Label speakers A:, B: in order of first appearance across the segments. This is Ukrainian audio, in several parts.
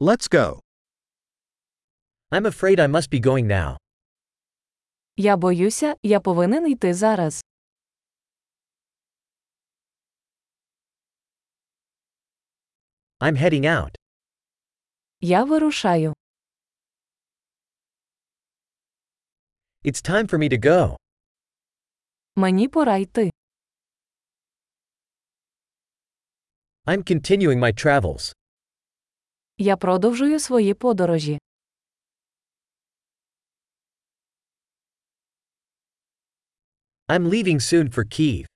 A: Let's go.
B: I'm afraid I must be going now.
C: Я боюся, я повинен йти зараз.
B: I'm heading out.
C: Я вирушаю.
B: It's time for me to go.
C: Мені пора йти.
B: I'm continuing my travels.
C: Я продовжую свої подорожі.
B: I'm leaving soon for Kiev.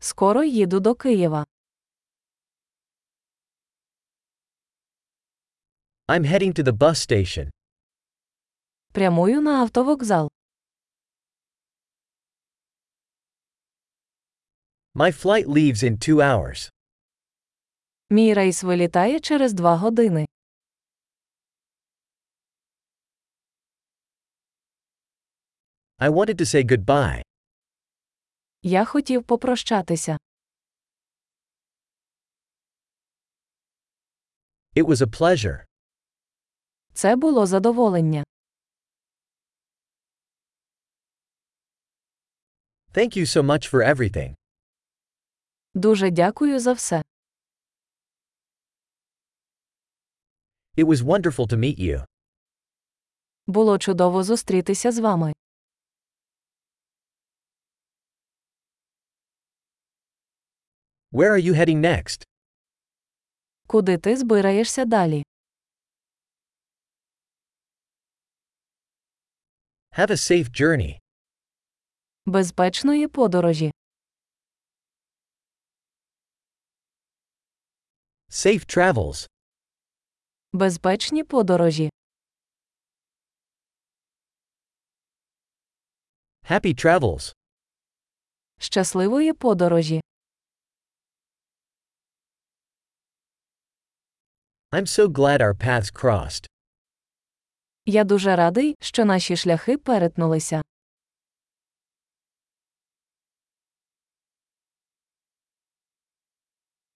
C: Скоро їду до Києва.
B: I'm heading to the bus station.
C: Прямую на автовокзал.
B: My flight leaves in two hours.
C: Мій рейс вилітає через два години.
B: I wanted to say goodbye.
C: Я хотів попрощатися.
B: It was a pleasure.
C: Це було задоволення.
B: Thank you so much for everything.
C: Дуже дякую за все.
B: It was wonderful to meet you.
C: Було чудово зустрітися з вами.
B: Where are you heading next?
C: Куди ти збираєшся далі?
B: Have a safe journey.
C: Безпечної подорожі.
B: Safe travels.
C: Безпечні подорожі.
B: Happy travels.
C: Щасливої подорожі.
B: I'm so glad our paths crossed.
C: Я дуже радий, що наші шляхи перетнулися.